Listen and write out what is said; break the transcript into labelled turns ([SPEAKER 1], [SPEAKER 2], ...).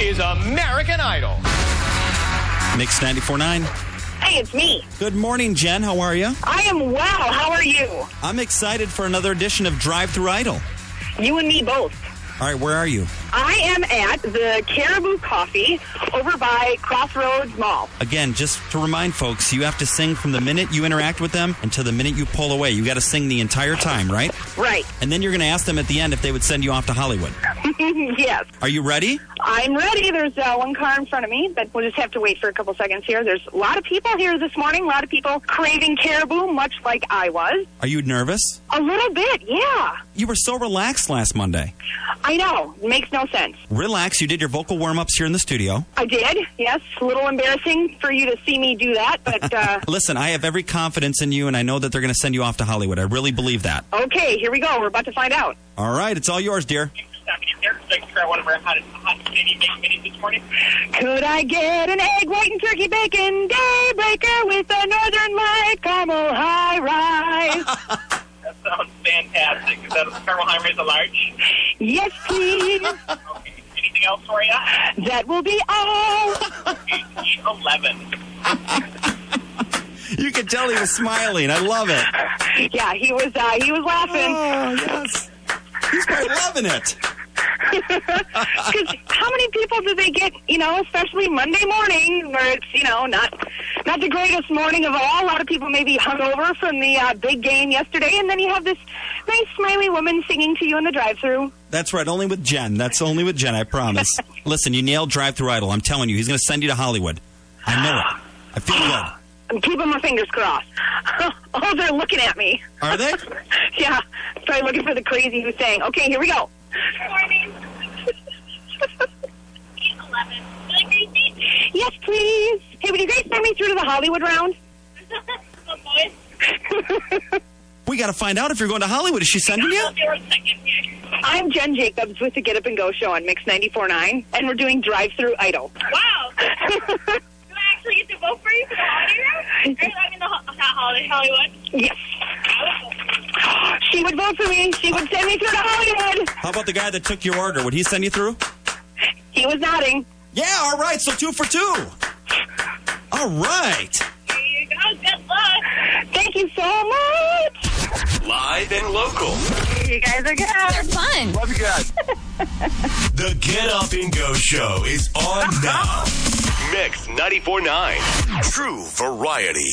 [SPEAKER 1] is American Idol.
[SPEAKER 2] Mix 94.9.
[SPEAKER 3] Hey, it's me.
[SPEAKER 2] Good morning, Jen. How are you?
[SPEAKER 3] I am well. How are you?
[SPEAKER 2] I'm excited for another edition of Drive Through Idol.
[SPEAKER 3] You and me both.
[SPEAKER 2] All right, where are you?
[SPEAKER 3] I am at the Caribou Coffee over by Crossroads Mall.
[SPEAKER 2] Again, just to remind folks, you have to sing from the minute you interact with them until the minute you pull away. You got to sing the entire time, right?
[SPEAKER 3] Right.
[SPEAKER 2] And then you're going to ask them at the end if they would send you off to Hollywood.
[SPEAKER 3] yes.
[SPEAKER 2] Are you ready?
[SPEAKER 3] I'm ready. There's uh, one car in front of me, but we'll just have to wait for a couple seconds here. There's a lot of people here this morning, a lot of people craving caribou, much like I was.
[SPEAKER 2] Are you nervous?
[SPEAKER 3] A little bit, yeah.
[SPEAKER 2] You were so relaxed last Monday.
[SPEAKER 3] I know. Makes no sense.
[SPEAKER 2] Relax. You did your vocal warm ups here in the studio.
[SPEAKER 3] I did, yes. A little embarrassing for you to see me do that, but uh,
[SPEAKER 2] Listen, I have every confidence in you, and I know that they're going to send you off to Hollywood. I really believe that.
[SPEAKER 3] okay, here we go. We're about to find out.
[SPEAKER 2] All right, it's all yours, dear.
[SPEAKER 3] Could I get an egg white and turkey bacon daybreaker with a northern light caramel high rise?
[SPEAKER 4] That sounds fantastic. Is that a Carmelheimer is a large?
[SPEAKER 3] yes, please.
[SPEAKER 4] Okay. Anything else for you?
[SPEAKER 3] That will be all.
[SPEAKER 4] Eleven.
[SPEAKER 2] You could tell he was smiling. I love it.
[SPEAKER 3] Yeah, he was uh, he was laughing
[SPEAKER 2] Oh, yes. He's quite loving it.
[SPEAKER 3] because how many people do they get? You know, especially Monday morning where it's you know not not the greatest morning of all. A lot of people maybe hungover from the uh, big game yesterday, and then you have this nice smiley woman singing to you in the drive-through.
[SPEAKER 2] That's right, only with Jen. That's only with Jen, I promise. Listen, you nailed Drive Through Idol. I'm telling you, he's going to send you to Hollywood. I know it. I feel good.
[SPEAKER 3] I'm keeping my fingers crossed. oh, they're looking at me.
[SPEAKER 2] Are they?
[SPEAKER 3] Yeah, probably looking for the crazy who's saying, okay, here we go.
[SPEAKER 5] morning. Eight eleven. Like I think
[SPEAKER 3] Yes, please. Hey, would you guys send me through to the Hollywood round?
[SPEAKER 5] the boys
[SPEAKER 2] We got to find out if you're going to Hollywood. Is she sending you?
[SPEAKER 5] they were second here.
[SPEAKER 3] I'm Jen Jacobs with the Get Up and Go show on Mix 94.9, and we're doing Drive Through Idol.
[SPEAKER 5] Wow. Do I actually get to vote for you for the holiday round? Or, I mean, the, ho- not holiday, Hollywood.
[SPEAKER 3] Yes.
[SPEAKER 5] I would vote for you.
[SPEAKER 3] She would vote for me. She would send me through to Hollywood.
[SPEAKER 2] How about the guy that took your order? Would he send you through?
[SPEAKER 3] He was nodding.
[SPEAKER 2] Yeah, all right, so two for two. All right.
[SPEAKER 5] There you go. Good luck.
[SPEAKER 3] Thank you so much.
[SPEAKER 6] Live and local.
[SPEAKER 3] You guys are good.
[SPEAKER 7] They're fun.
[SPEAKER 6] Love you guys. the Get Up and Go show is on now. Mix 94.9. True variety.